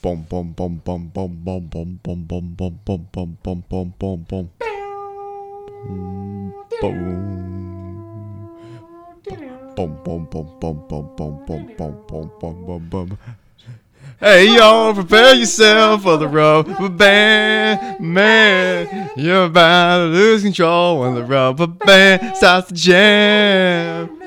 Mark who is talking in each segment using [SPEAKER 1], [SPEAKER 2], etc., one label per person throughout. [SPEAKER 1] Boom, boom, boom, boom, boom, boom, boom, boom, boom, boom, boom, boom, boom, boom, boom, boom. Mm, boom. Boom, boom, boom, boom, boom, boom, boom, boom, boom, boom, boom, boom. Hey y'all, prepare yourself for the rubber band, man. You're about to lose control when the rubber band starts to jam.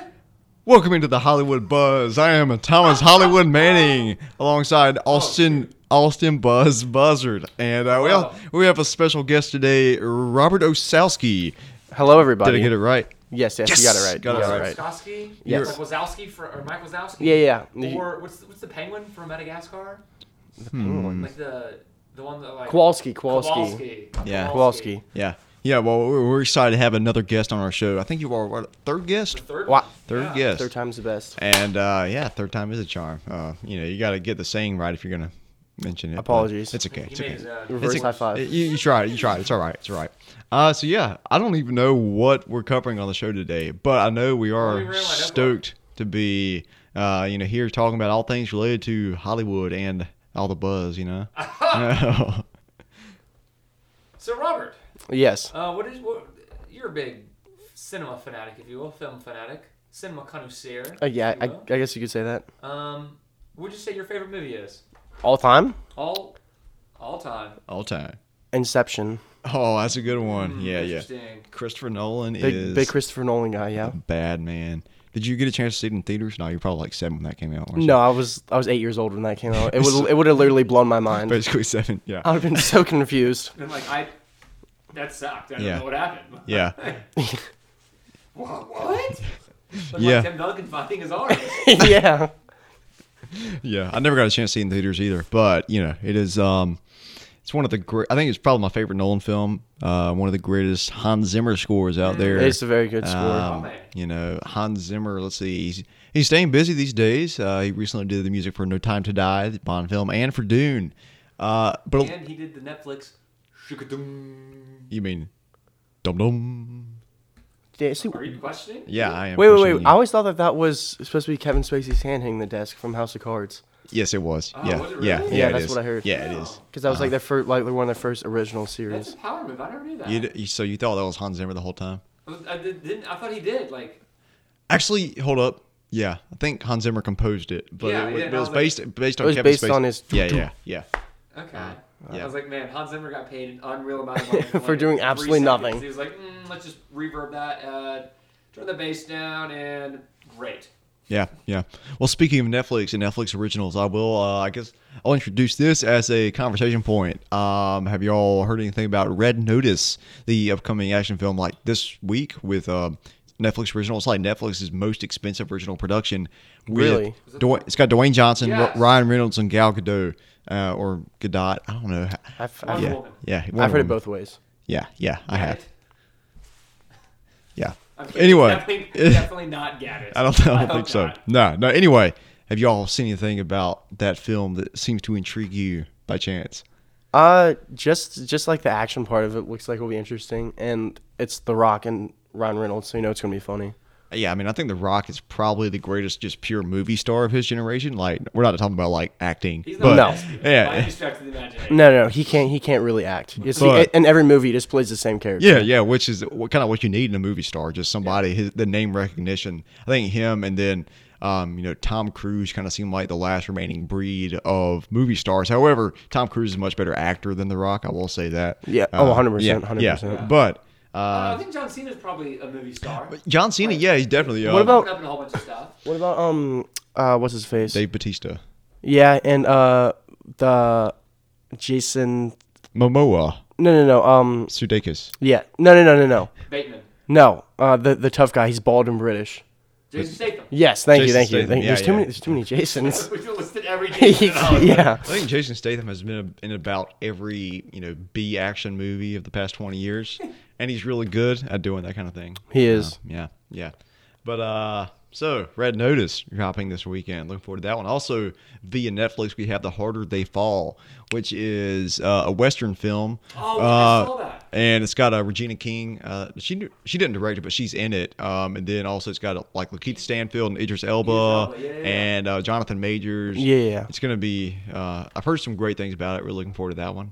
[SPEAKER 1] Welcome into the Hollywood Buzz. I am Thomas Hollywood Manning, alongside Austin Austin Buzz Buzzard, and uh, we all, we have a special guest today, Robert Osowski.
[SPEAKER 2] Hello, everybody.
[SPEAKER 1] Did I get it right?
[SPEAKER 2] Yes, yes,
[SPEAKER 1] Yes!
[SPEAKER 2] you got it right.
[SPEAKER 1] Got
[SPEAKER 2] you
[SPEAKER 1] it
[SPEAKER 2] got
[SPEAKER 1] right.
[SPEAKER 2] it right.
[SPEAKER 3] Wazowski?
[SPEAKER 2] Yes.
[SPEAKER 3] Like Wazowski for, or Mike Wazowski?
[SPEAKER 2] Yeah, yeah.
[SPEAKER 3] Or what's what's the penguin from Madagascar?
[SPEAKER 1] Hmm.
[SPEAKER 3] Like the the one that like
[SPEAKER 2] Kowalski, Kowalski,
[SPEAKER 3] Kowalski.
[SPEAKER 1] Yeah.
[SPEAKER 2] Kowalski.
[SPEAKER 1] Yeah, yeah. Well, we're, we're excited to have another guest on our show. I think you are what, third
[SPEAKER 3] The
[SPEAKER 1] guest.
[SPEAKER 3] third.
[SPEAKER 2] Wow.
[SPEAKER 1] Third
[SPEAKER 3] Yeah.
[SPEAKER 1] guest.
[SPEAKER 2] Third time's the best.
[SPEAKER 1] And uh, yeah, third time is a charm. Uh, you know, you got to get the saying right if you're gonna mention it. but
[SPEAKER 2] Apologies.
[SPEAKER 1] It's okay.
[SPEAKER 3] He
[SPEAKER 1] It's
[SPEAKER 3] made
[SPEAKER 1] okay.
[SPEAKER 3] his, uh,
[SPEAKER 2] Reverse
[SPEAKER 1] It's a-
[SPEAKER 2] high five.
[SPEAKER 1] You, you tried. You tried. It's all right. It's all right. Uh, so yeah, I don't even know what we're covering on the show today, but I know we
[SPEAKER 3] Well,
[SPEAKER 1] are
[SPEAKER 3] we really don't.
[SPEAKER 1] stoked to be, uh, you know, here talking about all things related to Hollywood and all the buzz. You know.
[SPEAKER 3] so Robert,
[SPEAKER 2] yes.
[SPEAKER 3] uh, what is what? You're a big cinema fanatic, if you will, film fanatic, cinema connoisseur.
[SPEAKER 2] Uh, yeah,
[SPEAKER 3] if
[SPEAKER 2] I,
[SPEAKER 3] you
[SPEAKER 2] I guess you could say that.
[SPEAKER 3] will. um, would you say your favorite movie is
[SPEAKER 2] All time?
[SPEAKER 3] all all time?
[SPEAKER 1] all time.
[SPEAKER 2] Inception.
[SPEAKER 1] Oh, that's a good one. Yeah, yeah.
[SPEAKER 3] Interesting.
[SPEAKER 1] Christopher Nolan
[SPEAKER 2] Big,
[SPEAKER 1] is
[SPEAKER 2] big Christopher Nolan guy. Yeah.
[SPEAKER 1] bad man. Did you get a chance to see it in theaters? No, you're probably like seven when that came out. weren't you?
[SPEAKER 2] No, I was I was eight years old when that came out. It would it would have literally blown my mind.
[SPEAKER 1] basically seven. Yeah.
[SPEAKER 2] I would have been so confused.
[SPEAKER 3] And like I, that sucked. I don't
[SPEAKER 1] Yeah.
[SPEAKER 3] know what happened.
[SPEAKER 1] Yeah.
[SPEAKER 3] What? what? Like
[SPEAKER 1] Yeah.
[SPEAKER 3] Tim Duncan fighting his arms.
[SPEAKER 2] yeah.
[SPEAKER 1] Yeah, I never got a chance to see it in theaters either, but you know, it is. Um, it's one of the great. I think it's probably my favorite Nolan film. Uh, one of the greatest Hans Zimmer scores out there.
[SPEAKER 2] Mm, It's a very good score.
[SPEAKER 1] Um,
[SPEAKER 3] man.
[SPEAKER 1] you know, Hans Zimmer. Let's see, he's he's staying busy these days. Uh, he recently did the music for No Time to Die, the Bond film, and for Dune. Uh, but
[SPEAKER 3] and he did the Netflix. Shukadum.
[SPEAKER 1] you mean, dum dum?
[SPEAKER 2] Yeah, see-
[SPEAKER 3] Are you questioning?
[SPEAKER 1] Yeah, I am.
[SPEAKER 2] wait, wait,
[SPEAKER 1] questioning
[SPEAKER 2] wait.
[SPEAKER 1] you.
[SPEAKER 2] I always thought that that was supposed to be Kevin Spacey's hand hitting the desk from House of Cards.
[SPEAKER 1] yes, it was.
[SPEAKER 3] Oh,
[SPEAKER 1] yeah,
[SPEAKER 3] was it really?
[SPEAKER 1] yeah, yeah,
[SPEAKER 2] Yeah,
[SPEAKER 1] it
[SPEAKER 2] that's
[SPEAKER 1] is.
[SPEAKER 2] what I heard.
[SPEAKER 1] Yeah, it is.
[SPEAKER 2] Because that was like their first, like one of their first original
[SPEAKER 3] That's
[SPEAKER 2] series.
[SPEAKER 3] a power move. I never knew that.
[SPEAKER 1] You, d- so you thought that was Hans Zimmer the whole time?
[SPEAKER 3] I did, didn't. I thought he did. Like,
[SPEAKER 1] Actually, hold up. Yeah, I think Hans Zimmer composed it, but
[SPEAKER 3] Yeah,
[SPEAKER 1] it was,
[SPEAKER 3] yeah,
[SPEAKER 1] but it was
[SPEAKER 3] Hans
[SPEAKER 1] based based on
[SPEAKER 2] was
[SPEAKER 1] Kevin
[SPEAKER 2] based
[SPEAKER 1] Spacey.
[SPEAKER 2] on his-
[SPEAKER 1] Yeah, yeah, yeah.
[SPEAKER 3] okay.
[SPEAKER 1] Uh, yeah.
[SPEAKER 3] I was like, man, Hans Zimmer got paid an unreal amount of money
[SPEAKER 2] For
[SPEAKER 3] like
[SPEAKER 2] doing
[SPEAKER 3] three
[SPEAKER 2] absolutely
[SPEAKER 3] seconds.
[SPEAKER 2] nothing.
[SPEAKER 3] He was like, mm, let's just reverb that, uh, turn the bass down, and great.
[SPEAKER 1] Yeah, yeah. Well, speaking of Netflix and Netflix originals, I will. Uh, I guess I'll introduce this as a conversation point. Um, have you all heard anything about Red Notice, the upcoming action film like this week with um, Netflix original? It's like Netflix's most expensive original production. With
[SPEAKER 2] Really?
[SPEAKER 1] Dwayne, it's got Dwayne Johnson, Ro-
[SPEAKER 3] Yes.
[SPEAKER 1] Ryan Reynolds, and Gal Gadot, uh, or Gadot. I don't know.
[SPEAKER 2] I've, I've,
[SPEAKER 3] Wonder
[SPEAKER 1] Yeah,
[SPEAKER 3] Woman.
[SPEAKER 1] yeah.
[SPEAKER 2] I've
[SPEAKER 1] Wonder
[SPEAKER 2] heard it
[SPEAKER 1] Woman.
[SPEAKER 2] both ways.
[SPEAKER 1] Yeah, yeah, I have.
[SPEAKER 3] Right?
[SPEAKER 1] Yeah.
[SPEAKER 3] I'm kidding.
[SPEAKER 1] Anyway,
[SPEAKER 3] definitely, definitely not Gaddis.
[SPEAKER 1] I don't, I
[SPEAKER 3] I
[SPEAKER 1] don't think
[SPEAKER 3] hope
[SPEAKER 1] so.
[SPEAKER 3] not.
[SPEAKER 1] No, no. Anyway, have y'all seen anything about that film that seems to intrigue you by chance?
[SPEAKER 2] Uh, just just like the action part of it looks like it'll be interesting, and it's The Rock and Ryan Reynolds, so you know it's gonna be funny.
[SPEAKER 1] Yeah, I mean, I think The Rock is probably the greatest just pure movie star of his generation. Like, we're not talking about like acting,
[SPEAKER 3] He's
[SPEAKER 1] but
[SPEAKER 3] not
[SPEAKER 2] No.
[SPEAKER 3] no. Yeah. I
[SPEAKER 1] yeah, Mm.
[SPEAKER 3] distracted the imagination.
[SPEAKER 2] No, no, he can't. He can't really act. It's, he,
[SPEAKER 1] But-
[SPEAKER 2] in every movie, he just plays the same character.
[SPEAKER 1] yeah, yeah. Which is what kind of what you need in a movie star, just somebody his, the name recognition. I think him and then. Um, you know, Tom Cruise kind of seemed like the last remaining breed of movie stars. However, Tom Cruise is a much better actor than The Rock. I will say that.
[SPEAKER 2] Yeah. Oh,
[SPEAKER 1] Uh,
[SPEAKER 2] 100%,
[SPEAKER 1] yeah,
[SPEAKER 2] 100%.
[SPEAKER 1] Yeah. But
[SPEAKER 3] Uh, I think John Cena's probably a movie star.
[SPEAKER 1] John Cena, yeah, he's definitely. Uh,
[SPEAKER 2] What about-
[SPEAKER 3] Open up in a whole bunch of stuff.
[SPEAKER 2] What about um, uh, what's his face?
[SPEAKER 1] Dave Batista,
[SPEAKER 2] yeah, and uh, the Jason.
[SPEAKER 1] Momoa,
[SPEAKER 2] No, no, no. Um,
[SPEAKER 1] Sudeikis?
[SPEAKER 2] yeah, no, no, no, no, no,
[SPEAKER 3] Bateman.
[SPEAKER 2] no. Uh, the the tough guy. He's bald and British.
[SPEAKER 3] Jason Statham.
[SPEAKER 2] Yes, thank you,
[SPEAKER 1] Jason
[SPEAKER 2] thank you.
[SPEAKER 1] Statham,
[SPEAKER 2] Thank,
[SPEAKER 1] yeah,
[SPEAKER 2] there's too
[SPEAKER 1] yeah.
[SPEAKER 2] many. There's too many Jasons.
[SPEAKER 3] Which will listed every Jason in Hollywood.
[SPEAKER 2] yeah.
[SPEAKER 1] I think Jason Statham has been in about every you know B action movie of the past twenty years, and he's really good at doing that kind of thing.
[SPEAKER 2] He is.
[SPEAKER 1] Yeah, yeah. But uh, So, Red Notice dropping this weekend. Looking forward to that one. Also, via Netflix, we have The Harder They Fall, which is uh, a Western film.
[SPEAKER 3] Oh, I
[SPEAKER 1] uh,
[SPEAKER 3] saw that.
[SPEAKER 1] And it's got uh, Regina King. Uh, she she didn't direct it, but she's in it. Um, and then also it's got uh, like Lakeith Stanfield and Idris Elba,
[SPEAKER 3] Elba, yeah, yeah, yeah.
[SPEAKER 1] and uh, Jonathan Majors.
[SPEAKER 2] Yeah, yeah, yeah.
[SPEAKER 1] It's gonna be. Uh, I've heard some great things about it. We're looking forward to that one.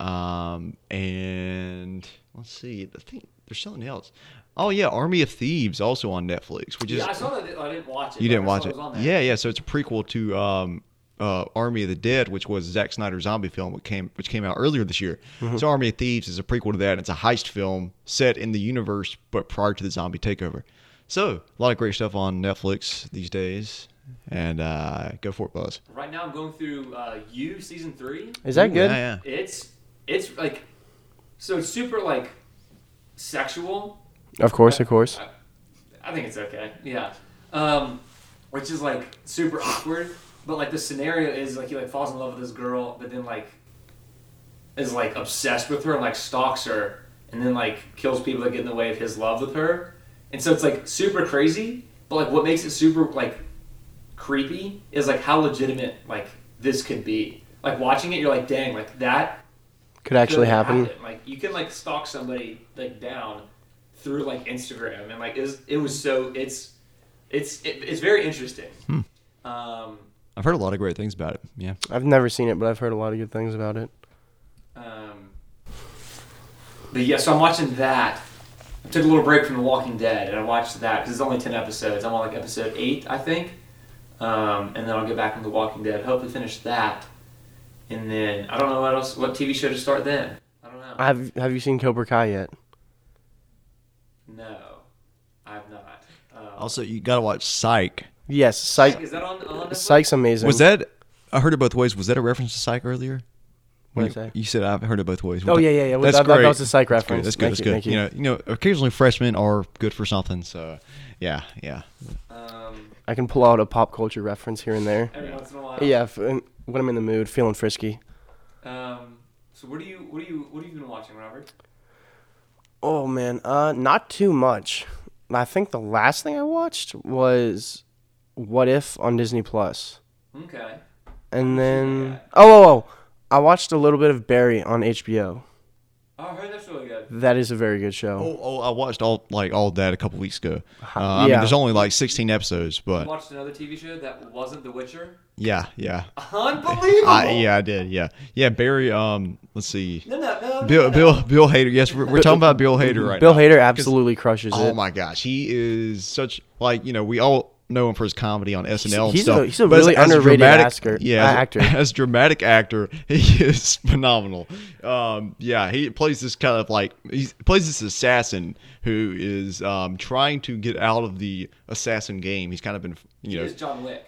[SPEAKER 1] Um, and let's see. I think there's something else. Oh yeah, Army of Thieves also on Netflix, which is
[SPEAKER 3] yeah, I saw that. I didn't watch it.
[SPEAKER 1] you
[SPEAKER 3] but I
[SPEAKER 1] didn't
[SPEAKER 3] saw
[SPEAKER 1] watch it.
[SPEAKER 3] was on there.
[SPEAKER 1] Yeah, yeah. So it's a prequel to um, uh, Army of the Dead, which was Zack Snyder's zombie film, which came which came out earlier this year.
[SPEAKER 2] Mm-hmm.
[SPEAKER 1] So Army of Thieves is a prequel to that. and It's a heist film set in the universe, but prior to the zombie takeover. So a lot of great stuff on Netflix these days. And uh, go for it, Buzz.
[SPEAKER 3] Right now, I'm going through uh, You season three.
[SPEAKER 2] Is that good?
[SPEAKER 1] Yeah, yeah.
[SPEAKER 3] It's it's like so it's super like sexual.
[SPEAKER 2] Of course, of course.
[SPEAKER 3] I, I think it's okay. Yeah. Um, which is like super awkward, but like the scenario is like he like falls in love with this girl, but then like is like obsessed with her and like stalks her, and then like kills people that get in the way of his love with her, and so it's like super crazy. But like what makes it super like creepy is like how legitimate like this could be. Like watching it, you're like, dang, like that
[SPEAKER 2] Could actually
[SPEAKER 3] could
[SPEAKER 2] happen.
[SPEAKER 3] Like you can like stalk somebody like down through like Instagram and like it was, it was so it's it's it, it's very interesting. Um,
[SPEAKER 1] I've heard a lot of great things about it. Yeah.
[SPEAKER 2] I've never seen it, but I've heard a lot of good things about it.
[SPEAKER 3] um, but yeah, so I'm watching that. I took a little break from The Walking Dead and I watched that because it's only ten episodes. I'm on like episode eight, I think, um, and then I'll get back on The Walking Dead. Hopefully finish that, and then I don't know what else, what TV show to start then. I don't know.
[SPEAKER 2] Have Have you seen Cobra Kai yet?
[SPEAKER 3] no, I've not. Um,
[SPEAKER 1] Also, you gotta watch Psych.
[SPEAKER 2] Yes, Psych.
[SPEAKER 3] Is that on, on Netflix?
[SPEAKER 2] Psych's amazing.
[SPEAKER 1] Was that? I heard it both ways. Was that a reference to Psych earlier?
[SPEAKER 2] What'd
[SPEAKER 1] you,
[SPEAKER 2] I say?
[SPEAKER 1] you said I've heard it both ways.
[SPEAKER 2] Oh, yeah, yeah, yeah. That- that- that was a Psych
[SPEAKER 1] That's
[SPEAKER 2] reference.
[SPEAKER 1] Good. That's good.
[SPEAKER 2] Thank
[SPEAKER 1] That's
[SPEAKER 2] you,
[SPEAKER 1] good.
[SPEAKER 2] thank
[SPEAKER 1] You.
[SPEAKER 2] you.
[SPEAKER 1] know, you know, occasionally freshmen are good for something. So, yeah, yeah.
[SPEAKER 3] Um,
[SPEAKER 2] I can pull out a pop culture reference here and there.
[SPEAKER 3] every once in a while.
[SPEAKER 2] Yeah, if, when I'm in the mood, feeling frisky.
[SPEAKER 3] Um, so what do you what do you what have you been watching, Robert?
[SPEAKER 2] Oh man, uh, not too much. I think the last thing I watched was What If on Disney Plus,
[SPEAKER 3] Okay.
[SPEAKER 2] and then oh, oh, oh, I watched a little bit of Barry on HBO.
[SPEAKER 3] Oh, I heard that's really good.
[SPEAKER 2] That is a very good show.
[SPEAKER 1] Oh, oh, I watched all like all that a couple weeks ago. Uh, I mean,
[SPEAKER 2] Yeah.
[SPEAKER 1] there's only like 16 episodes, but
[SPEAKER 3] Watched another TV show that wasn't The Witcher.
[SPEAKER 1] yeah, yeah,
[SPEAKER 3] Unbelievable.
[SPEAKER 1] I, yeah, I did, yeah, yeah. Barry, um, let's see,
[SPEAKER 3] No, no, no. no,
[SPEAKER 1] Bill,
[SPEAKER 3] no.
[SPEAKER 1] Bill, Bill Hader. Yes, we're, we're talking about Bill Hader right
[SPEAKER 2] Bill
[SPEAKER 1] now.
[SPEAKER 2] Hader absolutely crushes
[SPEAKER 1] Oh
[SPEAKER 2] it.
[SPEAKER 1] my gosh, he is such like you know we all know him for his comedy on SNL. and
[SPEAKER 2] he's a-
[SPEAKER 1] stuff,
[SPEAKER 2] he's a
[SPEAKER 1] but as-
[SPEAKER 2] really
[SPEAKER 1] as a
[SPEAKER 2] underrated
[SPEAKER 1] dramatic-
[SPEAKER 2] actor-
[SPEAKER 1] Yeah,
[SPEAKER 2] uh,
[SPEAKER 1] as-
[SPEAKER 2] actor.
[SPEAKER 1] As dramatic actor, he is phenomenal. Um, yeah, he plays this kind of like he plays this assassin who is um, trying to get out of the assassin game. He's kind of been you
[SPEAKER 3] It
[SPEAKER 1] know
[SPEAKER 3] is John Wick.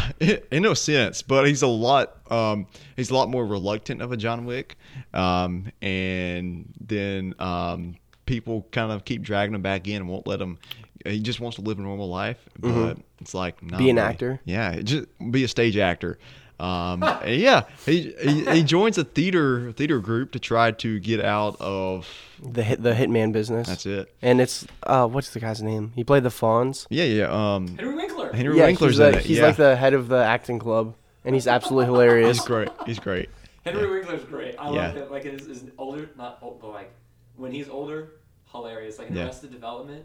[SPEAKER 1] in no sense, but he's a lot um, he's a lot more reluctant of a John Wick, um, and then um, people kind of keep dragging him back in and won't let him. He just wants to live a normal life, but it's like nah,
[SPEAKER 2] Mm-hmm. Be an
[SPEAKER 1] buddy.
[SPEAKER 2] actor.
[SPEAKER 1] Yeah, just be a stage actor. Um, and yeah, he, he he joins a theater theater group to try to get out of.
[SPEAKER 2] The hit, the hitman business.
[SPEAKER 1] That's it.
[SPEAKER 2] And it's uh, what's the guy's name? He played the Fonz.
[SPEAKER 1] Yeah, yeah. Um,
[SPEAKER 3] Henry Winkler.
[SPEAKER 1] Henry
[SPEAKER 2] Yeah,
[SPEAKER 1] Winkler's
[SPEAKER 2] he's,
[SPEAKER 1] in
[SPEAKER 2] like,
[SPEAKER 1] it.
[SPEAKER 2] he's
[SPEAKER 1] yeah.
[SPEAKER 2] like the head of the acting club, and he's absolutely hilarious.
[SPEAKER 1] he's great. He's great.
[SPEAKER 3] Henry Winkler's great. I
[SPEAKER 1] Yeah.
[SPEAKER 3] love that. Like, is is older, not old, but like when he's older, hilarious. Like in
[SPEAKER 1] Yeah.
[SPEAKER 3] Arrested Development,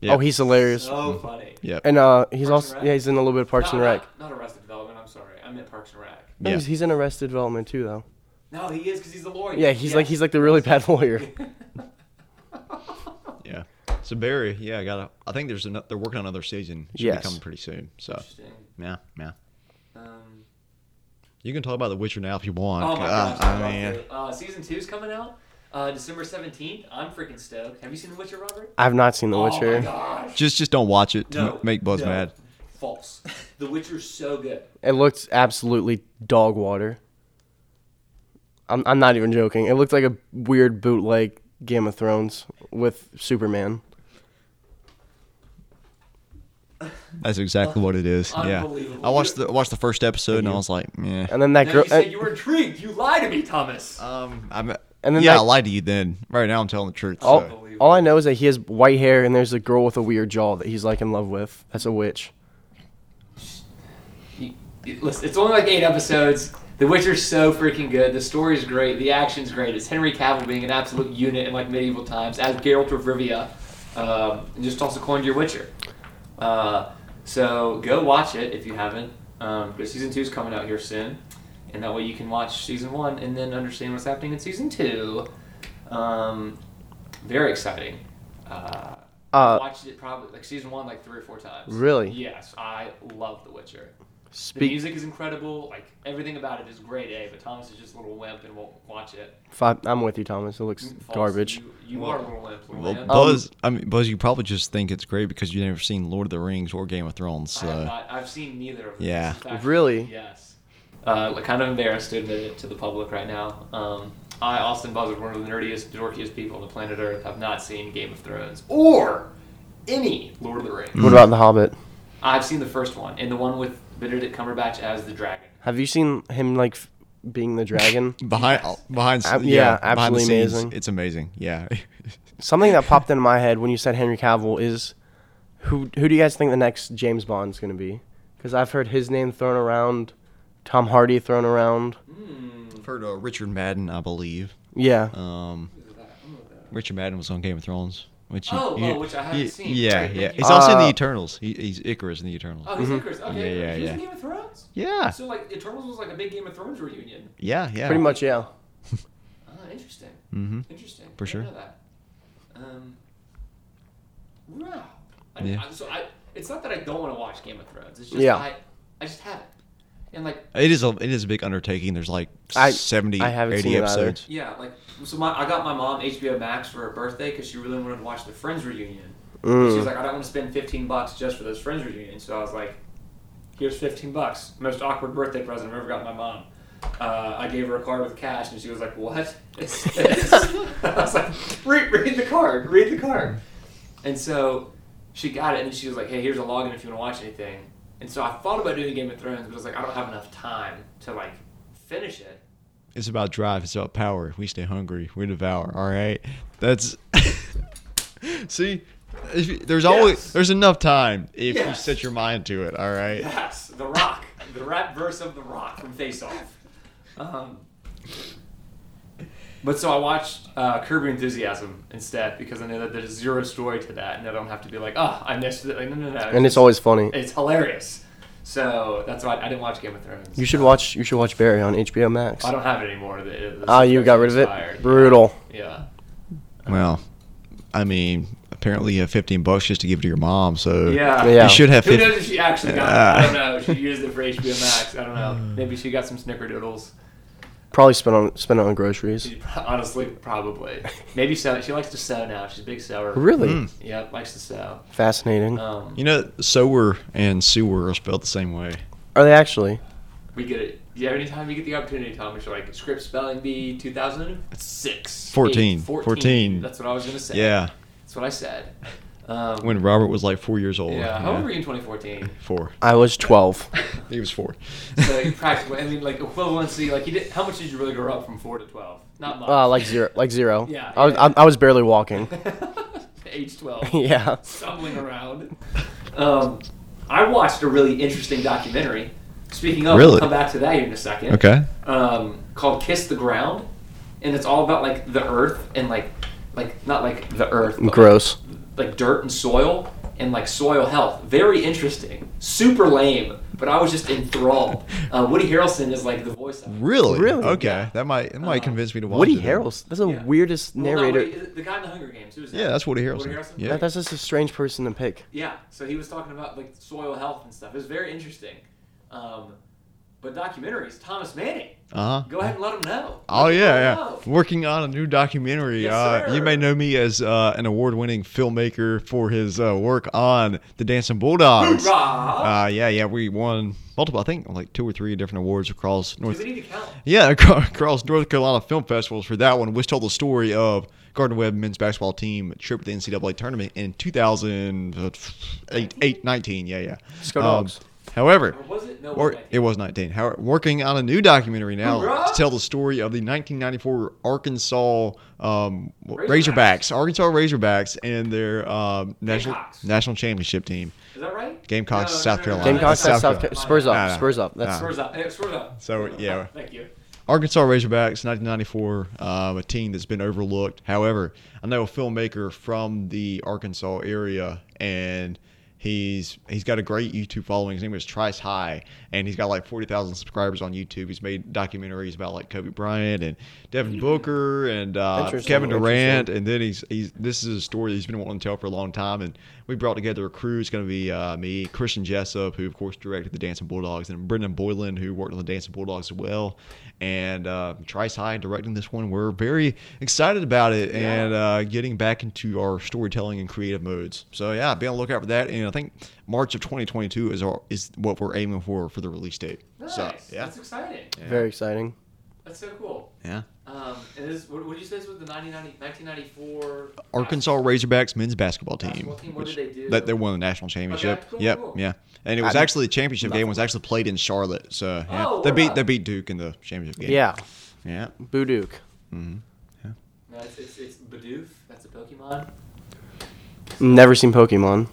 [SPEAKER 1] Yeah.
[SPEAKER 2] Oh, he's hilarious.
[SPEAKER 3] so funny.
[SPEAKER 1] Yeah.
[SPEAKER 2] And uh, he's
[SPEAKER 3] Parks
[SPEAKER 2] also
[SPEAKER 3] and Rec?
[SPEAKER 2] yeah, he's in a little bit of Parks
[SPEAKER 3] No,
[SPEAKER 2] and Rec.
[SPEAKER 3] Not, not Arrested Development. I'm sorry. I meant Parks and Rec.
[SPEAKER 2] No,
[SPEAKER 1] Yeah.
[SPEAKER 2] he's, he's in Arrested Development too, though.
[SPEAKER 3] No, he is because he's a lawyer.
[SPEAKER 2] Yeah, he's like he's like the really bad lawyer.
[SPEAKER 1] Yeah. So Barry, yeah, I gotta. I think there's another. They're working on another season. Should be
[SPEAKER 2] Yes.
[SPEAKER 1] coming pretty soon. So
[SPEAKER 3] Interesting.
[SPEAKER 1] yeah, yeah.
[SPEAKER 3] Um,
[SPEAKER 1] You can talk about The Witcher now if you want.
[SPEAKER 3] Oh my
[SPEAKER 1] Uh,
[SPEAKER 3] gosh!
[SPEAKER 1] I
[SPEAKER 3] I love
[SPEAKER 1] mean,
[SPEAKER 3] it. Uh, season two's coming out uh, December seventeenth. I'm freaking stoked. Have you seen The Witcher, Robert?
[SPEAKER 2] I've not seen The
[SPEAKER 3] Oh my
[SPEAKER 2] Witcher.
[SPEAKER 3] gosh!
[SPEAKER 1] just just don't watch it to
[SPEAKER 3] No,
[SPEAKER 1] m- make Buzz
[SPEAKER 3] no.
[SPEAKER 1] mad.
[SPEAKER 3] False. The Witcher's so good.
[SPEAKER 2] It looked absolutely dog water. I'm I'm not even joking. It looked like a weird bootleg Game of Thrones with Superman.
[SPEAKER 1] That's exactly what it is. Yeah.
[SPEAKER 3] Unbelievable.
[SPEAKER 1] I watched the watched the first episode and I was like, yeah.
[SPEAKER 2] And then that
[SPEAKER 3] Now
[SPEAKER 2] girl.
[SPEAKER 3] you said you were intrigued. You lied to me, Thomas.
[SPEAKER 1] Um, I'm.
[SPEAKER 2] And then Oh.
[SPEAKER 1] yeah,
[SPEAKER 2] that-
[SPEAKER 1] I lied to you then. Right now, I'm telling the truth.
[SPEAKER 2] all,
[SPEAKER 1] so.
[SPEAKER 3] unbelievable.
[SPEAKER 2] All I know is that he has white hair and there's a girl with a weird jaw that he's like in love with. That's a witch.
[SPEAKER 3] You- you- Listen, it's only like eight episodes. The Witcher's so freaking good. The story's great. The action's great. It's Henry Cavill being an absolute unit in like medieval times as Geralt of Rivia, um, and just also coined your Witcher. Uh, so go watch it if you haven't. Um, because season two's coming out here soon, and that way you can watch season one and then understand what's happening in season two. Um, very exciting. Uh,
[SPEAKER 2] Uh,
[SPEAKER 3] watched it probably like season one like three or four times.
[SPEAKER 2] Really?
[SPEAKER 3] Yes, I love The Witcher. The
[SPEAKER 2] Speak
[SPEAKER 3] music is incredible. Like everything about it is great A, but Thomas is just a little wimp and won't watch it.
[SPEAKER 2] Fi I'm with you, Thomas. It looks
[SPEAKER 3] False,
[SPEAKER 2] Mm, garbage. Oh.
[SPEAKER 3] You, you are a little wimp. Little
[SPEAKER 1] Well,
[SPEAKER 3] man.
[SPEAKER 1] Buzz, I mean, Buzz, you probably just think it's great because you've never seen Lord of the Rings or Game of Thrones.
[SPEAKER 3] I have
[SPEAKER 1] So
[SPEAKER 3] not, I've seen neither of them.
[SPEAKER 1] Yeah.
[SPEAKER 3] This is actually-
[SPEAKER 2] Really?
[SPEAKER 3] Yes. Uh, like, kind of embarrassed to admit it to the public right now. Um, I, Austin Buzz, is one of the nerdiest, dorkiest people on the planet Earth. Have not seen Game of Thrones or any Lord of the Rings.
[SPEAKER 2] What about The Hobbit?
[SPEAKER 3] I've seen the first one and the one with Benedict Cumberbatch as the dragon.
[SPEAKER 2] Have you seen him like f- being the dragon?
[SPEAKER 1] behind behind
[SPEAKER 2] Ab-
[SPEAKER 1] yeah,
[SPEAKER 2] yeah,
[SPEAKER 1] behind the
[SPEAKER 2] absolutely
[SPEAKER 1] scenes,
[SPEAKER 2] amazing.
[SPEAKER 1] It's amazing. Yeah.
[SPEAKER 2] Something that popped into my head when you said Henry Cavill is who who do you guys think the next James Bond's going to be? Cuz I've heard his name thrown around, Tom Hardy thrown around.
[SPEAKER 3] Hmm.
[SPEAKER 1] I've heard uh, Richard Madden, I believe.
[SPEAKER 2] Yeah.
[SPEAKER 1] Um, Richard Madden was on Game of Thrones. Which you,
[SPEAKER 3] Oh,
[SPEAKER 1] you-
[SPEAKER 3] oh, which I haven't
[SPEAKER 1] you-
[SPEAKER 3] seen.
[SPEAKER 1] Yeah,
[SPEAKER 3] Wait,
[SPEAKER 1] yeah.
[SPEAKER 3] you-
[SPEAKER 1] It's also in the
[SPEAKER 2] Uh,
[SPEAKER 1] Eternals. He, he's Icarus in the Eternals.
[SPEAKER 3] Oh, he's
[SPEAKER 2] Mm-hmm.
[SPEAKER 3] Icarus. Okay,
[SPEAKER 1] Yeah, yeah,
[SPEAKER 3] he's in
[SPEAKER 1] yeah.
[SPEAKER 3] Game of Thrones.
[SPEAKER 1] yeah,
[SPEAKER 3] So like Eternals was like a big Game of Thrones reunion.
[SPEAKER 1] yeah, yeah.
[SPEAKER 2] Pretty much, yeah.
[SPEAKER 3] Ah, interesting.
[SPEAKER 1] Mm-hmm.
[SPEAKER 3] Interesting.
[SPEAKER 1] For
[SPEAKER 3] I didn't
[SPEAKER 1] sure.
[SPEAKER 3] Know that. Um, wow. I,
[SPEAKER 1] Yeah.
[SPEAKER 3] I, so I, it's not that I don't want to watch Game of Thrones. It's just
[SPEAKER 2] Yeah.
[SPEAKER 3] I, I just haven't. And like,
[SPEAKER 1] It is a it is a big undertaking. There's like
[SPEAKER 2] I-
[SPEAKER 1] 70,
[SPEAKER 2] I haven't
[SPEAKER 1] 80
[SPEAKER 2] seen it either.
[SPEAKER 1] episodes.
[SPEAKER 3] yeah, like so my I got my mom HBO Max for her birthday because she really wanted to watch the Friends reunion. She was
[SPEAKER 2] Mm.
[SPEAKER 3] like, I don't want to spend 15 bucks just for those friends reunion. So I was like, here's 15 bucks. Most awkward birthday present I've ever gotten my mom. Uh, I gave her a card with cash, and she was like, what is this? I was like, read, read the card. Read the card. And so she got it, and she was like, hey, here's a login if you want to watch anything. And so I thought about doing Game of Thrones, but I was like, I don't have enough time to, like, finish it.
[SPEAKER 1] It's about drive. It's about power. If we stay hungry, we devour. All right. That's see. If, you- there's
[SPEAKER 3] Yes.
[SPEAKER 1] always there's enough time if you
[SPEAKER 3] Yes.
[SPEAKER 1] set your mind to it. All right.
[SPEAKER 3] Yes, The Rock. The rap verse of The Rock from Face Off. Um, but so I watched uh, Curb Your Enthusiasm instead because I know that there's zero story to that and I don't have to be like, oh, I missed it. Like, no, no, no.
[SPEAKER 2] And it's always funny.
[SPEAKER 3] It's hilarious. So that's why I, didn't watch Game of Thrones.
[SPEAKER 2] You should watch you should watch Barry on HBO Max.
[SPEAKER 3] I don't have it anymore. The- the
[SPEAKER 2] Oh, you got rid of
[SPEAKER 3] expired.
[SPEAKER 2] it? Brutal.
[SPEAKER 3] Yeah.
[SPEAKER 1] Well, I mean, apparently you have 15 bucks just to give to your mom. So
[SPEAKER 3] Yeah.
[SPEAKER 2] Yeah.
[SPEAKER 1] you should have
[SPEAKER 3] Who
[SPEAKER 1] 15.
[SPEAKER 3] knows if she actually got it? I don't know. She used it for HBO Max. I don't know. Maybe she got some snickerdoodles.
[SPEAKER 2] Probably spent on spent on groceries.
[SPEAKER 3] She pro- honestly probably maybe so. She likes to sew now. She's a big sewer.
[SPEAKER 2] Really
[SPEAKER 3] Yeah, likes to sew.
[SPEAKER 2] Hmm. fascinating.
[SPEAKER 3] Um,
[SPEAKER 1] You know, sower and sewer are spelled the same way.
[SPEAKER 2] Are they actually?
[SPEAKER 3] we get it. Yeah, anytime you get the opportunity, Thomas, you're like script spelling bee 2006.
[SPEAKER 1] Fourteen.
[SPEAKER 3] 14.
[SPEAKER 1] Fourteen.
[SPEAKER 3] That's what I was gonna say.
[SPEAKER 1] Yeah.
[SPEAKER 3] that's what I said. Um,
[SPEAKER 1] When Robert was like four years old.
[SPEAKER 3] yeah, how old were you in 2014?
[SPEAKER 1] Four.
[SPEAKER 2] I was 12.
[SPEAKER 1] He was four.
[SPEAKER 3] So you practically, I mean, like equivalency. Like, you did, how much did you really grow up from four to 12? Not much.
[SPEAKER 2] Uh, like zero, like zero.
[SPEAKER 3] Yeah,
[SPEAKER 2] I was,
[SPEAKER 3] yeah.
[SPEAKER 2] I, I was barely walking.
[SPEAKER 3] Age 12.
[SPEAKER 2] yeah.
[SPEAKER 3] stumbling around. Um, I watched a really interesting documentary. Speaking of,
[SPEAKER 1] Really?
[SPEAKER 3] we'll come back to that here in a second.
[SPEAKER 1] Okay.
[SPEAKER 3] Um, called "Kiss the Ground," and it's all about like the earth and like, like not like the earth, but, like,
[SPEAKER 2] Gross.
[SPEAKER 3] like dirt and soil and like soil health. Very interesting. Super lame, but I was just enthralled. Uh, Woody Harrelson is like the voice. Of it.
[SPEAKER 1] Really?
[SPEAKER 2] Really?
[SPEAKER 1] Okay. That might that might convince me to watch.
[SPEAKER 2] Woody
[SPEAKER 1] it.
[SPEAKER 2] Harrelson. That's the
[SPEAKER 3] Yeah.
[SPEAKER 2] weirdest
[SPEAKER 3] Well, not
[SPEAKER 2] narrator.
[SPEAKER 3] Woody- the guy in the Hunger Games. Who is that?
[SPEAKER 1] Yeah, that's Woody Harrelson. Yeah.
[SPEAKER 2] That- that's just a strange person to pick.
[SPEAKER 3] Yeah, so he was talking about like soil health and stuff. It was very interesting. Um, but documentaries, Thomas Manning.
[SPEAKER 1] Uh huh.
[SPEAKER 3] Go ahead and let him know.
[SPEAKER 1] Oh
[SPEAKER 3] Let
[SPEAKER 1] yeah,
[SPEAKER 3] him
[SPEAKER 1] yeah.
[SPEAKER 3] know.
[SPEAKER 1] Working on a new documentary.
[SPEAKER 3] Yes,
[SPEAKER 1] uh, you
[SPEAKER 3] sir.
[SPEAKER 1] may know me as uh, an award-winning filmmaker for his uh, work on the Dancing Bulldogs.
[SPEAKER 3] Hoorah!
[SPEAKER 1] Uh, yeah, yeah. We won multiple, I think, like two or three different awards across
[SPEAKER 3] Do
[SPEAKER 1] North.
[SPEAKER 3] we need to count?
[SPEAKER 1] Yeah, acro- across North Carolina film festivals for that one, which told the story of Gardner Webb men's basketball team trip to the NCAA tournament in 2008, 19. Yeah, yeah.
[SPEAKER 2] Let's go
[SPEAKER 1] Um,
[SPEAKER 2] dogs.
[SPEAKER 1] However,
[SPEAKER 3] Or was it? No,
[SPEAKER 1] Or, it was 19. How, working on a new documentary now
[SPEAKER 3] Hoorah!
[SPEAKER 1] to tell the story of the 1994 Arkansas um, w-
[SPEAKER 3] Razorbacks.
[SPEAKER 1] Razorbacks. Arkansas Razorbacks, and their um, national
[SPEAKER 3] Gamecocks.
[SPEAKER 1] national championship team.
[SPEAKER 3] Is that right?
[SPEAKER 1] Gamecocks,
[SPEAKER 3] No, no,
[SPEAKER 1] South
[SPEAKER 3] no, no,
[SPEAKER 1] Carolina.
[SPEAKER 3] no.
[SPEAKER 2] Gamecocks,
[SPEAKER 1] South
[SPEAKER 2] South, South
[SPEAKER 1] Carolina.
[SPEAKER 2] Ca- Spurs up,
[SPEAKER 1] Nah, nah.
[SPEAKER 2] Spurs up. That's
[SPEAKER 1] Nah.
[SPEAKER 3] Spurs up. Hey, Spurs up.
[SPEAKER 1] So,
[SPEAKER 3] Spurs
[SPEAKER 1] yeah.
[SPEAKER 3] Up. Thank you.
[SPEAKER 1] Arkansas Razorbacks, 1994, um, a team that's been overlooked. However, I know a filmmaker from the Arkansas area, and he's he's got a great YouTube following. His name is Trice High, and he's got like 40,000 subscribers on YouTube. He's made documentaries about like Kobe Bryant and Devin Booker and uh,
[SPEAKER 2] Interesting,
[SPEAKER 1] Kevin Durant,
[SPEAKER 2] interesting.
[SPEAKER 1] and then he's he's this is a story that he's been wanting to tell for a long time, and we brought together a crew. It's going to be uh, me, Christian Jessup, who of course directed the Dancing Bulldogs, and Brendan Boylan, who worked on the Dancing Bulldogs as well, and uh, Trice High directing this one. We're very excited about it and uh, getting back into our storytelling and creative modes. So yeah, be on the lookout for that, and I think March of 2022 is our, is what we're aiming for for the release date.
[SPEAKER 3] Nice.
[SPEAKER 1] So yeah,
[SPEAKER 3] That's exciting.
[SPEAKER 2] very exciting.
[SPEAKER 3] That's so cool.
[SPEAKER 1] yeah.
[SPEAKER 3] Um, and this, what would you say this was the 1990 1994
[SPEAKER 1] Arkansas Razorbacks men's basketball team.
[SPEAKER 3] Basketball team, what
[SPEAKER 1] which-
[SPEAKER 3] did they do?
[SPEAKER 1] That they won the national championship.
[SPEAKER 3] cool,
[SPEAKER 1] yep,
[SPEAKER 3] cool.
[SPEAKER 1] yeah. And it was
[SPEAKER 2] I-
[SPEAKER 1] actually the championship game was actually played in Charlotte. So yeah.
[SPEAKER 3] Oh,
[SPEAKER 1] they
[SPEAKER 3] wow.
[SPEAKER 1] beat they beat Duke in the championship game.
[SPEAKER 2] Yeah,
[SPEAKER 1] yeah.
[SPEAKER 2] Boo Duke.
[SPEAKER 3] No, it's, it's, it's Bidoof. That's a Pokemon.
[SPEAKER 2] Never seen Pokemon.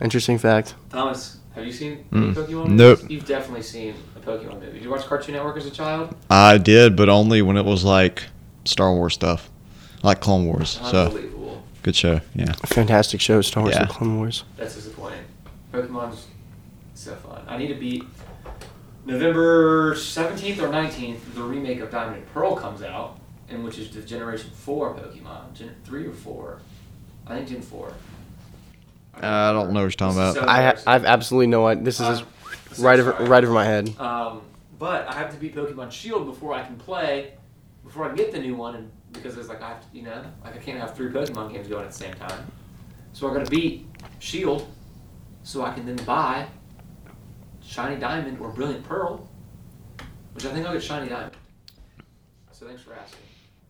[SPEAKER 2] Interesting fact.
[SPEAKER 3] Thomas, have you seen any
[SPEAKER 1] Mm.
[SPEAKER 3] Pokemon?
[SPEAKER 1] Nope.
[SPEAKER 3] movies? You've definitely seen a Pokemon movie. Did you watch Cartoon Network as a child?
[SPEAKER 1] I did, but only when it was like Star Wars stuff, like Clone Wars. So
[SPEAKER 3] Unbelievable.
[SPEAKER 1] good show. Yeah.
[SPEAKER 2] Fantastic show, Star Wars
[SPEAKER 1] Yeah.
[SPEAKER 2] and Clone Wars.
[SPEAKER 3] That's disappointing. Pokemon's so fun. I need to beat November 17th or 19th. The remake of Diamond and Pearl comes out, and which is the Generation 4 Pokemon. Gen 3 or 4? I think Gen 4.
[SPEAKER 1] Uh, I don't know what you're talking
[SPEAKER 3] This
[SPEAKER 1] about.
[SPEAKER 3] is so
[SPEAKER 2] I ha-
[SPEAKER 3] embarrassing.
[SPEAKER 2] I've absolutely no idea. This is
[SPEAKER 3] Uh,
[SPEAKER 2] just right over
[SPEAKER 3] sorry.
[SPEAKER 2] right over my head.
[SPEAKER 3] Um, but I have to beat Pokemon Shield before I can play, before I can get the new one, and because it's like I have to, you know, like I can't have three Pokemon games going at the same time. So I'm gonna beat Shield, so I can then buy Shiny Diamond or Brilliant Pearl, which I think I'll get Shiny Diamond. So thanks for asking.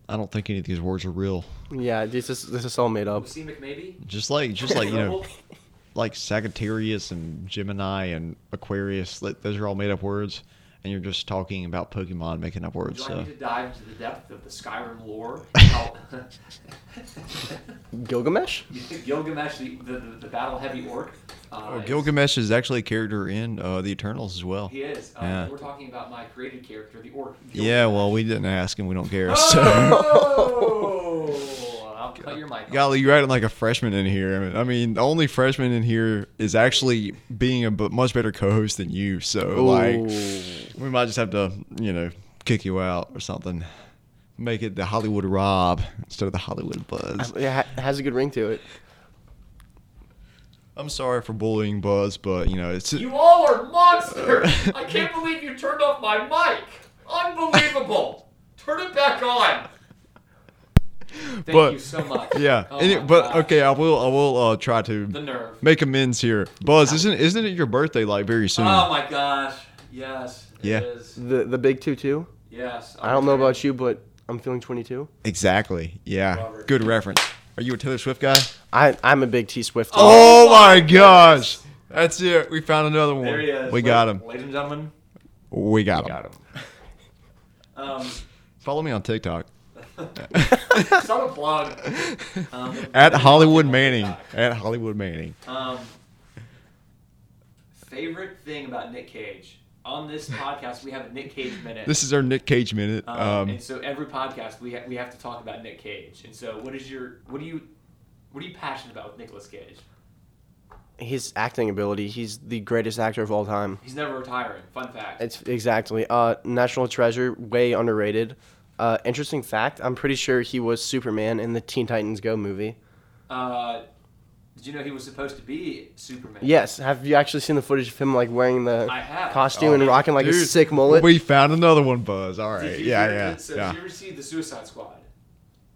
[SPEAKER 1] I don't think any of these words are real.
[SPEAKER 2] Yeah, this is this is all made up.
[SPEAKER 3] Lucy McMaybe.
[SPEAKER 1] Just like Oh. just like you know,
[SPEAKER 3] Double?
[SPEAKER 1] like Sagittarius and Gemini and Aquarius. like, Those are all made up words, and you're just talking about Pokemon making up
[SPEAKER 3] Would
[SPEAKER 1] words.
[SPEAKER 3] you
[SPEAKER 1] So.
[SPEAKER 3] like me to dive into the depth of the Skyrim lore? How-
[SPEAKER 2] Gilgamesh?
[SPEAKER 3] Gilgamesh, the, the, the battle heavy orc. Uh,
[SPEAKER 1] Oh,
[SPEAKER 3] is-
[SPEAKER 1] Gilgamesh is actually a character in uh, the Eternals as well.
[SPEAKER 3] He is. Um,
[SPEAKER 1] Yeah.
[SPEAKER 3] We're talking about my created character, the orc.
[SPEAKER 1] Yeah, well, we didn't ask him. We don't care. So.
[SPEAKER 3] Oh! I'll cut your mic. off.
[SPEAKER 1] Golly, you're acting like a freshman in here. I mean, I mean, the only freshman in here is actually being a b- much better co-host than you. So, like, we might just have to, you know, kick you out or something. Make it the Hollywood Rob instead of the Hollywood Buzz.
[SPEAKER 2] Yeah, ha- it has a good ring to it.
[SPEAKER 1] I'm sorry for bullying Buzz, but you know, it's
[SPEAKER 3] You all are monsters! I can't believe you turned off my mic! Unbelievable! Turn it back on! Thank
[SPEAKER 1] But-
[SPEAKER 3] you so much.
[SPEAKER 1] yeah.
[SPEAKER 3] Oh
[SPEAKER 1] Any-
[SPEAKER 3] my
[SPEAKER 1] but
[SPEAKER 3] gosh.
[SPEAKER 1] okay, I will, I will uh, try to
[SPEAKER 3] The nerve.
[SPEAKER 1] make amends here. Buzz, isn't isn't it your birthday like very soon?
[SPEAKER 3] Oh my gosh. Yes. it
[SPEAKER 1] Yeah.
[SPEAKER 3] is.
[SPEAKER 2] The the big two two.
[SPEAKER 3] Yes.
[SPEAKER 2] I don't know about you, but I'm feeling 22.
[SPEAKER 1] Exactly. Yeah.
[SPEAKER 3] Robert.
[SPEAKER 1] Good reference. Are you a Taylor Swift guy?
[SPEAKER 2] I I'm a big T Swift.
[SPEAKER 1] Oh, my gosh. That's it. We found another one.
[SPEAKER 3] There he is.
[SPEAKER 1] We got him.
[SPEAKER 3] Ladies and gentlemen,
[SPEAKER 1] We got him.
[SPEAKER 3] got him. Um,
[SPEAKER 1] Follow me on TikTok
[SPEAKER 3] stop a blog. Um,
[SPEAKER 1] at Hollywood Manning. At Hollywood Manning.
[SPEAKER 3] Um, favorite thing about Nick Cage. On this podcast, we have a Nick Cage minute.
[SPEAKER 1] This is our Nick Cage minute.
[SPEAKER 3] um,
[SPEAKER 1] Um,
[SPEAKER 3] and so every podcast we ha- we have to talk about Nick Cage. And so, what is your what do you what are you passionate about with Nicolas Cage?
[SPEAKER 2] His acting ability. He's the greatest actor of all time.
[SPEAKER 3] He's never retiring. Fun fact.
[SPEAKER 2] It's exactly. Uh, National Treasure, way underrated. Uh, interesting fact. I'm pretty sure he was Superman in the Teen Titans Go movie.
[SPEAKER 3] Uh, did you know he was supposed to be Superman?
[SPEAKER 2] Yes. Have you actually seen the footage of him like wearing the
[SPEAKER 3] I have.
[SPEAKER 2] costume
[SPEAKER 3] Oh,
[SPEAKER 2] and
[SPEAKER 3] man.
[SPEAKER 2] rocking like a
[SPEAKER 1] dude,
[SPEAKER 2] sick mullet?
[SPEAKER 1] We found another one, Buzz. All
[SPEAKER 3] Did
[SPEAKER 1] right.
[SPEAKER 3] you
[SPEAKER 1] Yeah,
[SPEAKER 3] hear
[SPEAKER 1] yeah.
[SPEAKER 3] that? So
[SPEAKER 1] yeah.
[SPEAKER 3] Did you ever see the Suicide Squad?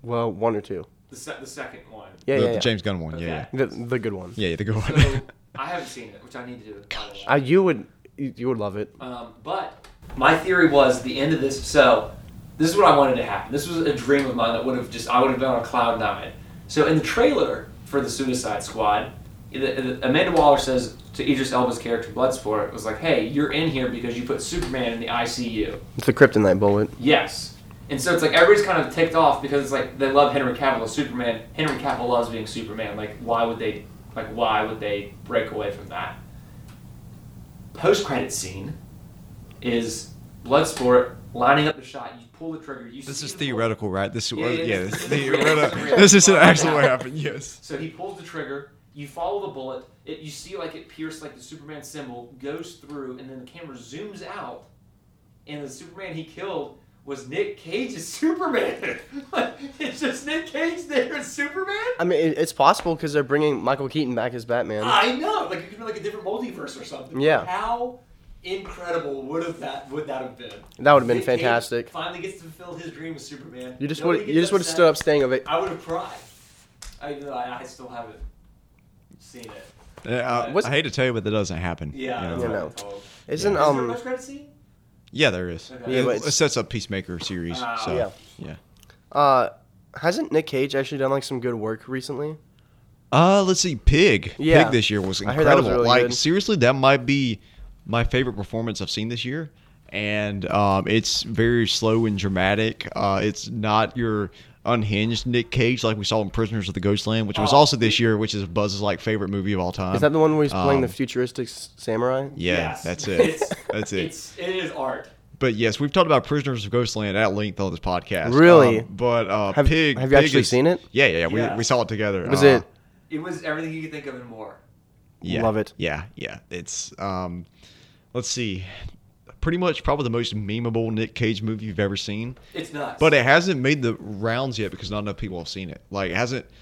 [SPEAKER 2] well, one or two.
[SPEAKER 3] The, se- the second one.
[SPEAKER 2] Yeah,
[SPEAKER 1] the,
[SPEAKER 2] yeah,
[SPEAKER 1] the
[SPEAKER 2] yeah.
[SPEAKER 1] James Gunn one. Yeah, yeah.
[SPEAKER 3] Okay.
[SPEAKER 2] The, the good one.
[SPEAKER 1] Yeah, the good one.
[SPEAKER 3] So I haven't seen it, which I need to do. by the way.
[SPEAKER 2] Uh, you would you you would love it.
[SPEAKER 3] Um, but my theory was the end of this. So this is what I wanted to happen. This was a dream of mine that would have just I would have been on a cloud nine. So in the trailer for the Suicide Squad, the- the- Amanda Waller says to Idris Elba's character Bloodsport was like, "Hey, you're in here because you put Superman in the ICU."
[SPEAKER 2] It's the kryptonite bullet.
[SPEAKER 3] Yes. And so it's like everybody's kind of ticked off because it's like they love Henry Cavill as Superman. Henry Cavill loves being Superman. Like why would they like why would they break away from that? Post credit scene is Bloodsport lining up the shot. You pull the trigger. You
[SPEAKER 1] This
[SPEAKER 3] see
[SPEAKER 1] is
[SPEAKER 3] the
[SPEAKER 1] theoretical, right? This
[SPEAKER 3] Yeah,
[SPEAKER 1] was,
[SPEAKER 3] yeah,
[SPEAKER 1] yeah,
[SPEAKER 3] this
[SPEAKER 1] this,
[SPEAKER 3] is real.
[SPEAKER 1] theoretical. this is actually what happened. Yes.
[SPEAKER 3] So he pulls the trigger. You follow the bullet. It, you see like it pierced like the Superman symbol goes through, and then the camera zooms out, and the Superman he killed was Nick Cage's Superman. like, it's just Nick Cage there as Superman.
[SPEAKER 2] I mean, it, it's possible because they're bringing Michael Keaton back as Batman.
[SPEAKER 3] I know, like it could be like a different multiverse or something.
[SPEAKER 2] Yeah.
[SPEAKER 3] How incredible would have that would that have been?
[SPEAKER 2] That would have been
[SPEAKER 3] Nick Cage
[SPEAKER 2] fantastic.
[SPEAKER 3] finally gets to fulfill his dream of Superman.
[SPEAKER 2] You just
[SPEAKER 3] Nobody
[SPEAKER 2] would you
[SPEAKER 3] gets
[SPEAKER 2] just would have
[SPEAKER 3] upset.
[SPEAKER 2] stood up staying of it.
[SPEAKER 3] I would have cried. I, even though I, I still haven't seen it.
[SPEAKER 1] Yeah, I,
[SPEAKER 2] What's-
[SPEAKER 1] I hate to tell you, but that doesn't happen.
[SPEAKER 3] Yeah,
[SPEAKER 1] You
[SPEAKER 3] that's
[SPEAKER 1] know?
[SPEAKER 2] Yeah,
[SPEAKER 3] what
[SPEAKER 2] no.
[SPEAKER 3] I'm told.
[SPEAKER 2] Isn't
[SPEAKER 3] Is there a
[SPEAKER 2] um
[SPEAKER 3] post credit scene?
[SPEAKER 1] Yeah, there is.
[SPEAKER 3] Okay.
[SPEAKER 2] Yeah,
[SPEAKER 1] it,
[SPEAKER 2] but
[SPEAKER 1] it
[SPEAKER 2] it's-
[SPEAKER 1] sets up Peacemaker series.
[SPEAKER 3] Ah.
[SPEAKER 1] so
[SPEAKER 2] Yeah.
[SPEAKER 1] yeah.
[SPEAKER 2] uh hasn't Nick Cage actually done like some good work recently?
[SPEAKER 1] Uh, let's see, Pig.
[SPEAKER 2] Yeah.
[SPEAKER 1] Pig this year was
[SPEAKER 2] I heard that was
[SPEAKER 1] incredible.
[SPEAKER 2] really
[SPEAKER 1] like
[SPEAKER 2] good.
[SPEAKER 1] seriously, that might be my favorite performance I've seen this year. And um, it's very slow and dramatic. Uh, it's not your unhinged Nick Cage like we saw in Prisoners of the Ghostland, which was
[SPEAKER 3] Oh.
[SPEAKER 1] also this year, which is Buzz's like favorite movie of all time.
[SPEAKER 2] Is that the one where he's playing the
[SPEAKER 1] um,
[SPEAKER 2] futuristic s- samurai?
[SPEAKER 1] Yeah,
[SPEAKER 3] Yes.
[SPEAKER 1] that's it.
[SPEAKER 3] It's-
[SPEAKER 1] that's it.
[SPEAKER 3] It's it is art.
[SPEAKER 1] But yes, we've talked about Prisoners of Ghostland at length on this podcast.
[SPEAKER 2] Really?
[SPEAKER 1] Um, but uh,
[SPEAKER 2] Have-
[SPEAKER 1] Pig.
[SPEAKER 2] have you
[SPEAKER 1] Pig
[SPEAKER 2] actually
[SPEAKER 1] is-
[SPEAKER 2] seen it?
[SPEAKER 1] Yeah, yeah, yeah. We,
[SPEAKER 3] Yeah.
[SPEAKER 1] we saw it together.
[SPEAKER 2] Was
[SPEAKER 1] Uh,
[SPEAKER 2] it
[SPEAKER 3] It was everything you could think of and more.
[SPEAKER 1] Yeah,
[SPEAKER 2] Love it.
[SPEAKER 1] Yeah, yeah. It's um, let's see, pretty much probably the most memeable Nick Cage movie you've ever seen.
[SPEAKER 3] It's nuts.
[SPEAKER 1] But it hasn't made the rounds yet because not enough people have seen it. Like it hasn't it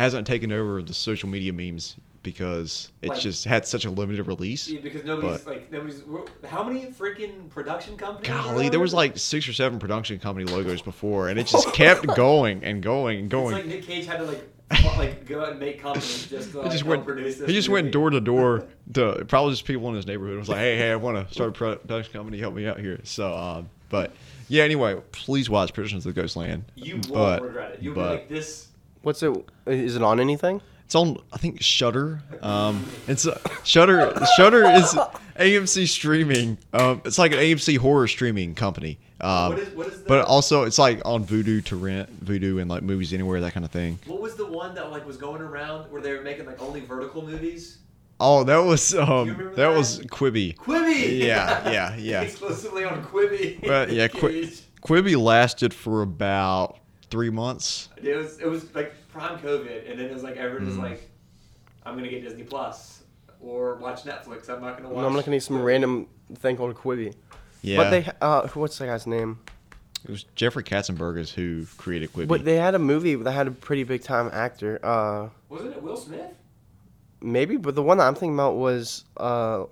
[SPEAKER 1] hasn't taken over the social media memes because it
[SPEAKER 3] Like-
[SPEAKER 1] just had such a limited release.
[SPEAKER 3] Yeah, because nobody's like nobody's. How many freaking production companies? are
[SPEAKER 1] Golly, there was like six or seven production company logos before, and it just kept going and going and
[SPEAKER 3] It's
[SPEAKER 1] going.
[SPEAKER 3] like Nick Cage had to like fu- like go out and make companies just to
[SPEAKER 1] He
[SPEAKER 3] like,
[SPEAKER 1] just
[SPEAKER 3] help
[SPEAKER 1] went.
[SPEAKER 3] produce this.
[SPEAKER 1] He just
[SPEAKER 3] movie.
[SPEAKER 1] went door to door to probably just people in his neighborhood. and Was like, hey, hey, I want to start a production company. Help me out here. So, um, but yeah. Anyway, please watch Prisoners of the Ghostland.
[SPEAKER 3] You won't
[SPEAKER 1] But-
[SPEAKER 3] regret it. You'll
[SPEAKER 1] but
[SPEAKER 3] be like this.
[SPEAKER 2] what's it is it on anything?
[SPEAKER 1] it's on. I think Shutter. Um, it's uh, Shutter. Shutter is AMC streaming. Um, it's like an AMC horror streaming company. Um,
[SPEAKER 3] What is- what is
[SPEAKER 1] but
[SPEAKER 3] the-
[SPEAKER 1] also it's like on Voodoo to rent, Voodoo and like movies anywhere that kind of thing.
[SPEAKER 3] What was the one that like was going around where they were making like only vertical movies?
[SPEAKER 1] Oh, that was um,
[SPEAKER 3] remember
[SPEAKER 1] that,
[SPEAKER 3] that?
[SPEAKER 1] was Quibi.
[SPEAKER 3] Quibi.
[SPEAKER 1] Yeah, yeah, yeah.
[SPEAKER 3] Exclusively on Quibi.
[SPEAKER 1] But yeah,
[SPEAKER 3] Nick
[SPEAKER 1] Qui-
[SPEAKER 3] Cage.
[SPEAKER 1] Quibi lasted for about three months.
[SPEAKER 3] It was it was like prime COVID, and then it was like everyone
[SPEAKER 1] Mm.
[SPEAKER 3] was like, "I'm gonna get Disney Plus or watch Netflix. I'm not gonna watch."
[SPEAKER 2] I'm looking at some random thing called Quibi.
[SPEAKER 1] Yeah,
[SPEAKER 2] But they uh who- what's that guy's name?
[SPEAKER 1] it was Jeffrey Katzenberg is who created Quibi.
[SPEAKER 2] But they had a movie that had a pretty big time actor. Uh
[SPEAKER 3] Wasn't it Will Smith?
[SPEAKER 2] maybe, but the one that I'm thinking about was uh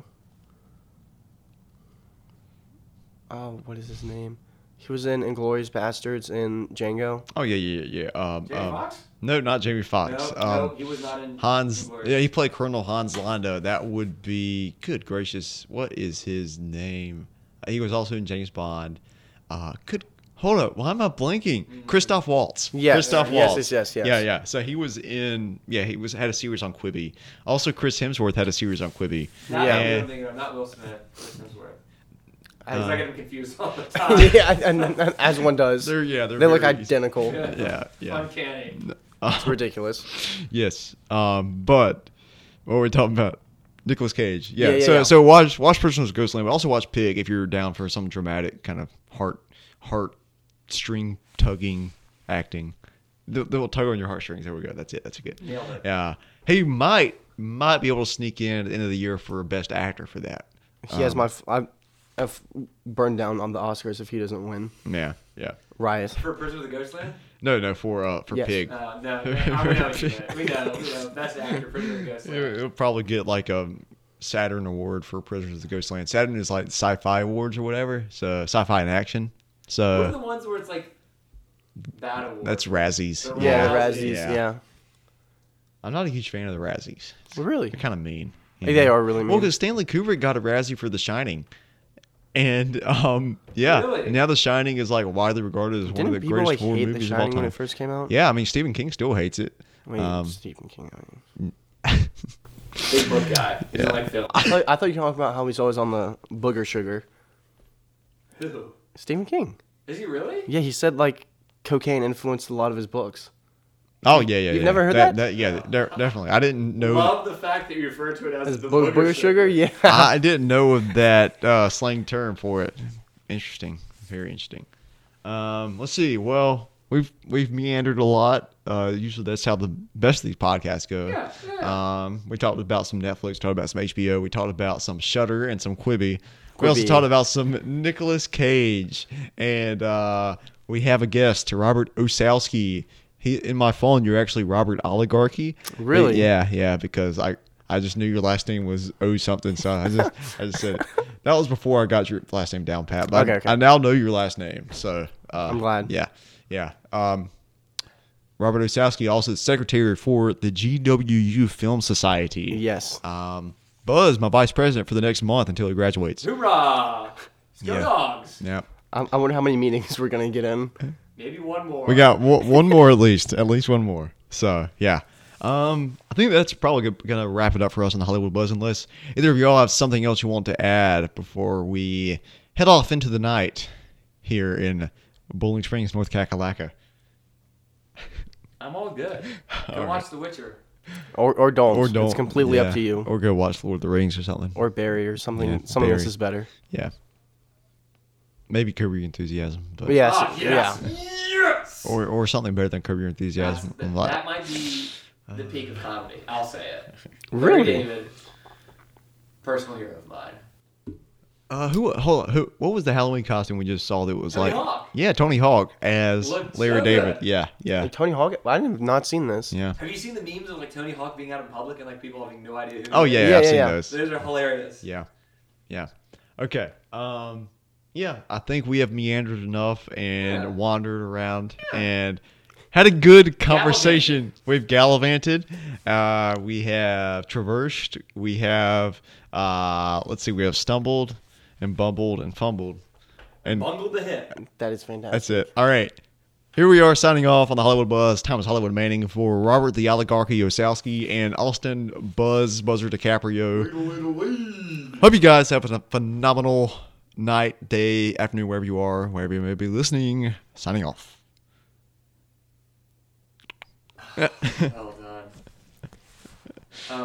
[SPEAKER 2] Oh, what is his name? He was in Inglorious Bastards and Django.
[SPEAKER 1] oh yeah, yeah, yeah. Um,
[SPEAKER 3] Jamie
[SPEAKER 1] um,
[SPEAKER 3] Foxx?
[SPEAKER 1] No, not Jamie Foxx.
[SPEAKER 3] No,
[SPEAKER 1] um,
[SPEAKER 3] no, he was not in.
[SPEAKER 1] Hans.
[SPEAKER 3] Inglourious.
[SPEAKER 1] Yeah, he played Colonel Hans Lando. That would be good gracious. What is his name? He was also in James Bond. Uh, could hold up. Why am I blinking? Christoph Waltz.
[SPEAKER 2] Mm-hmm. Yes.
[SPEAKER 1] Christoph
[SPEAKER 2] Yes,
[SPEAKER 1] Waltz.
[SPEAKER 2] yes, yes, yes.
[SPEAKER 1] Yeah, yeah. So he was in. Yeah, he was had a series on Quibi. Also, Chris Hemsworth had a series on Quibi.
[SPEAKER 3] Not
[SPEAKER 2] Yeah.
[SPEAKER 3] who
[SPEAKER 1] And-
[SPEAKER 3] I'm thinking of, not Will Smith. Chris Hemsworth.
[SPEAKER 1] Uh,
[SPEAKER 2] I-
[SPEAKER 3] Because I get him confused all the time.
[SPEAKER 2] yeah, and, and- and as one does.
[SPEAKER 1] They're yeah, they're
[SPEAKER 2] they look
[SPEAKER 1] very-
[SPEAKER 2] identical.
[SPEAKER 1] Yeah, yeah.
[SPEAKER 3] Uncanny.
[SPEAKER 2] It's ridiculous.
[SPEAKER 1] Yes. Um, but what were we talking about? Nicolas Cage. Yeah.
[SPEAKER 2] Yeah, yeah,
[SPEAKER 1] so
[SPEAKER 2] yeah.
[SPEAKER 1] so watch watch Prisoners of Ghostland, but also watch Pig if you're down for some dramatic kind of heart heart string tugging acting. They'll, they'll tug on your heartstrings. There we go. That's it. That's good.
[SPEAKER 3] Nailed it.
[SPEAKER 1] Yeah. Hey, you might might be able to sneak in at the end of the year for best actor for that.
[SPEAKER 2] He has
[SPEAKER 1] Um,
[SPEAKER 2] my f- I, I f- burned down on the Oscars if he doesn't win.
[SPEAKER 1] Yeah. Yeah.
[SPEAKER 2] Riot.
[SPEAKER 3] For Prisoner of the Ghostland?
[SPEAKER 1] No, no, for uh for
[SPEAKER 2] Yes.
[SPEAKER 1] Pig.
[SPEAKER 3] Uh, no, no, I would know you meant. We know. We know. Best actor, Prisoner of the
[SPEAKER 1] It-
[SPEAKER 3] Ghostland.
[SPEAKER 1] It'll probably get like a Saturn award for Prisoners of the Ghostland. Saturn is like sci-fi awards or whatever, so sci-fi in action.
[SPEAKER 3] What are the
[SPEAKER 1] So
[SPEAKER 3] ones where it's like bad awards?
[SPEAKER 1] that's Razzies.
[SPEAKER 3] They're
[SPEAKER 2] Yeah,
[SPEAKER 3] Yeah.
[SPEAKER 2] Razzies.
[SPEAKER 1] Yeah.
[SPEAKER 2] Yeah.
[SPEAKER 1] I'm not a huge fan of the Razzies.
[SPEAKER 2] Really?
[SPEAKER 1] They're kind of mean.
[SPEAKER 2] Hey, they are really
[SPEAKER 1] Well,
[SPEAKER 2] mean.
[SPEAKER 1] because Stanley Kubrick got a Razzie for The Shining, and um, yeah,
[SPEAKER 3] Really?
[SPEAKER 1] now The Shining is like widely regarded as one
[SPEAKER 2] Didn't
[SPEAKER 1] of the
[SPEAKER 2] people
[SPEAKER 1] greatest
[SPEAKER 2] like
[SPEAKER 1] horror
[SPEAKER 2] hate The
[SPEAKER 1] movies of all
[SPEAKER 2] Shining when
[SPEAKER 1] time. um,
[SPEAKER 2] it first came out?
[SPEAKER 1] Yeah, I mean Stephen King still hates it.
[SPEAKER 2] I mean,
[SPEAKER 1] Um,
[SPEAKER 2] Stephen King. I mean.
[SPEAKER 3] Big book guy. He
[SPEAKER 1] Yeah.
[SPEAKER 3] doesn't like film.
[SPEAKER 2] I thought, I thought you were talking about how he's always on the booger sugar.
[SPEAKER 3] Who?
[SPEAKER 2] Stephen King.
[SPEAKER 3] Is he really?
[SPEAKER 2] Yeah, he said like cocaine influenced a lot of his books.
[SPEAKER 1] Oh yeah, yeah.
[SPEAKER 2] You've
[SPEAKER 1] yeah.
[SPEAKER 2] never heard that?
[SPEAKER 1] yeah, de- definitely. I didn't know.
[SPEAKER 3] Love the fact that you refer to it as,
[SPEAKER 2] His
[SPEAKER 3] the
[SPEAKER 2] bo-
[SPEAKER 3] booger,
[SPEAKER 2] booger sugar, yeah.
[SPEAKER 1] I didn't know of that uh, slang term for it. Interesting, very interesting. Um, let's see. Well, we've we've meandered a lot. Uh, usually, that's how the best of these podcasts go.
[SPEAKER 3] Yeah,
[SPEAKER 1] Um, we talked about some Netflix, talked about some HBO, we talked about some Shutter and some Quibi. We also
[SPEAKER 2] Quibi.
[SPEAKER 1] talked about some Nicolas Cage, and uh, we have a guest, Robert Osowski. He in my phone, you're actually Robert Oligarchy.
[SPEAKER 2] Really?
[SPEAKER 1] Yeah. Yeah, yeah, because I I just knew your last name was O something, so I just I just said it. that was before I got your last name down, Pat. But I-
[SPEAKER 2] Okay, okay.
[SPEAKER 1] I, now know your last name, so uh,
[SPEAKER 2] I'm glad.
[SPEAKER 1] Yeah, yeah. Um, Robert Osowski, also the secretary for the GWU Film Society.
[SPEAKER 2] Yes.
[SPEAKER 1] Um, Buzz, my vice president for the next month until he graduates.
[SPEAKER 3] Hoorah! Let's go
[SPEAKER 1] Yeah.
[SPEAKER 3] dogs.
[SPEAKER 1] Yeah.
[SPEAKER 2] I, I wonder how many meetings we're gonna get in.
[SPEAKER 3] Maybe one more.
[SPEAKER 1] We got w- one more at least, at least one more. So yeah, um, I think that's probably go- gonna wrap it up for us on the Hollywood Buzz. Unless either of y'all have something else you want to add before we head off into the night here in Bowling Springs, North Kakalaka.
[SPEAKER 3] I'm all good. Go watch The Witcher.
[SPEAKER 2] Or or don't.
[SPEAKER 1] Or don't.
[SPEAKER 2] It's completely
[SPEAKER 1] yeah.
[SPEAKER 2] up to you. Or,
[SPEAKER 1] Or go watch Lord of the Rings or something.
[SPEAKER 2] Barry or something.
[SPEAKER 1] Yeah,
[SPEAKER 2] something else
[SPEAKER 1] Barry.
[SPEAKER 2] is better.
[SPEAKER 1] yeah. Maybe Curb Your Enthusiasm, but
[SPEAKER 2] But yes.
[SPEAKER 3] Ah, yes.
[SPEAKER 2] Yeah.
[SPEAKER 3] Yes.
[SPEAKER 1] or or something better than Curb Your
[SPEAKER 3] That's-
[SPEAKER 1] Enthusiasm.
[SPEAKER 3] that,
[SPEAKER 1] Like-
[SPEAKER 3] that might be the peak of comedy. I'll say it. Larry
[SPEAKER 2] Really?
[SPEAKER 3] David, personal hero of mine.
[SPEAKER 1] Uh, who? Hold on. Who? What was the Halloween costume we just saw that was
[SPEAKER 3] Tony
[SPEAKER 1] like?
[SPEAKER 3] Hawk.
[SPEAKER 1] Yeah, Tony Hawk as
[SPEAKER 3] Looked
[SPEAKER 1] Larry
[SPEAKER 3] so
[SPEAKER 1] David.
[SPEAKER 3] good.
[SPEAKER 1] Yeah, yeah,
[SPEAKER 2] Like, Tony Hawk. I have not seen this.
[SPEAKER 1] yeah.
[SPEAKER 3] Have you seen the memes of like Tony Hawk being out in public and like people having no idea who?
[SPEAKER 1] Oh
[SPEAKER 3] he is?
[SPEAKER 1] yeah,
[SPEAKER 2] Yeah,
[SPEAKER 1] I've
[SPEAKER 2] yeah,
[SPEAKER 1] seen
[SPEAKER 2] yeah.
[SPEAKER 1] those.
[SPEAKER 3] Those are hilarious.
[SPEAKER 1] Yeah, yeah. Okay. Um. Yeah, I think we have meandered enough and
[SPEAKER 3] Yeah.
[SPEAKER 1] wandered around and had a good conversation. We've gallivanted. Uh, we have traversed. We have. Uh, let's see. We have stumbled and bumbled and fumbled. And
[SPEAKER 3] Bungled the hit.
[SPEAKER 2] That is fantastic.
[SPEAKER 1] That's it. All right. Here we are signing off on the Hollywood Buzz. Thomas Hollywood Manning for Robert the Oligarchy Osowski and Austin Buzz Buzzer DiCaprio. Hope you guys have a phenomenal night, day, afternoon, wherever you are, wherever you may be listening. Signing off.
[SPEAKER 3] Well done.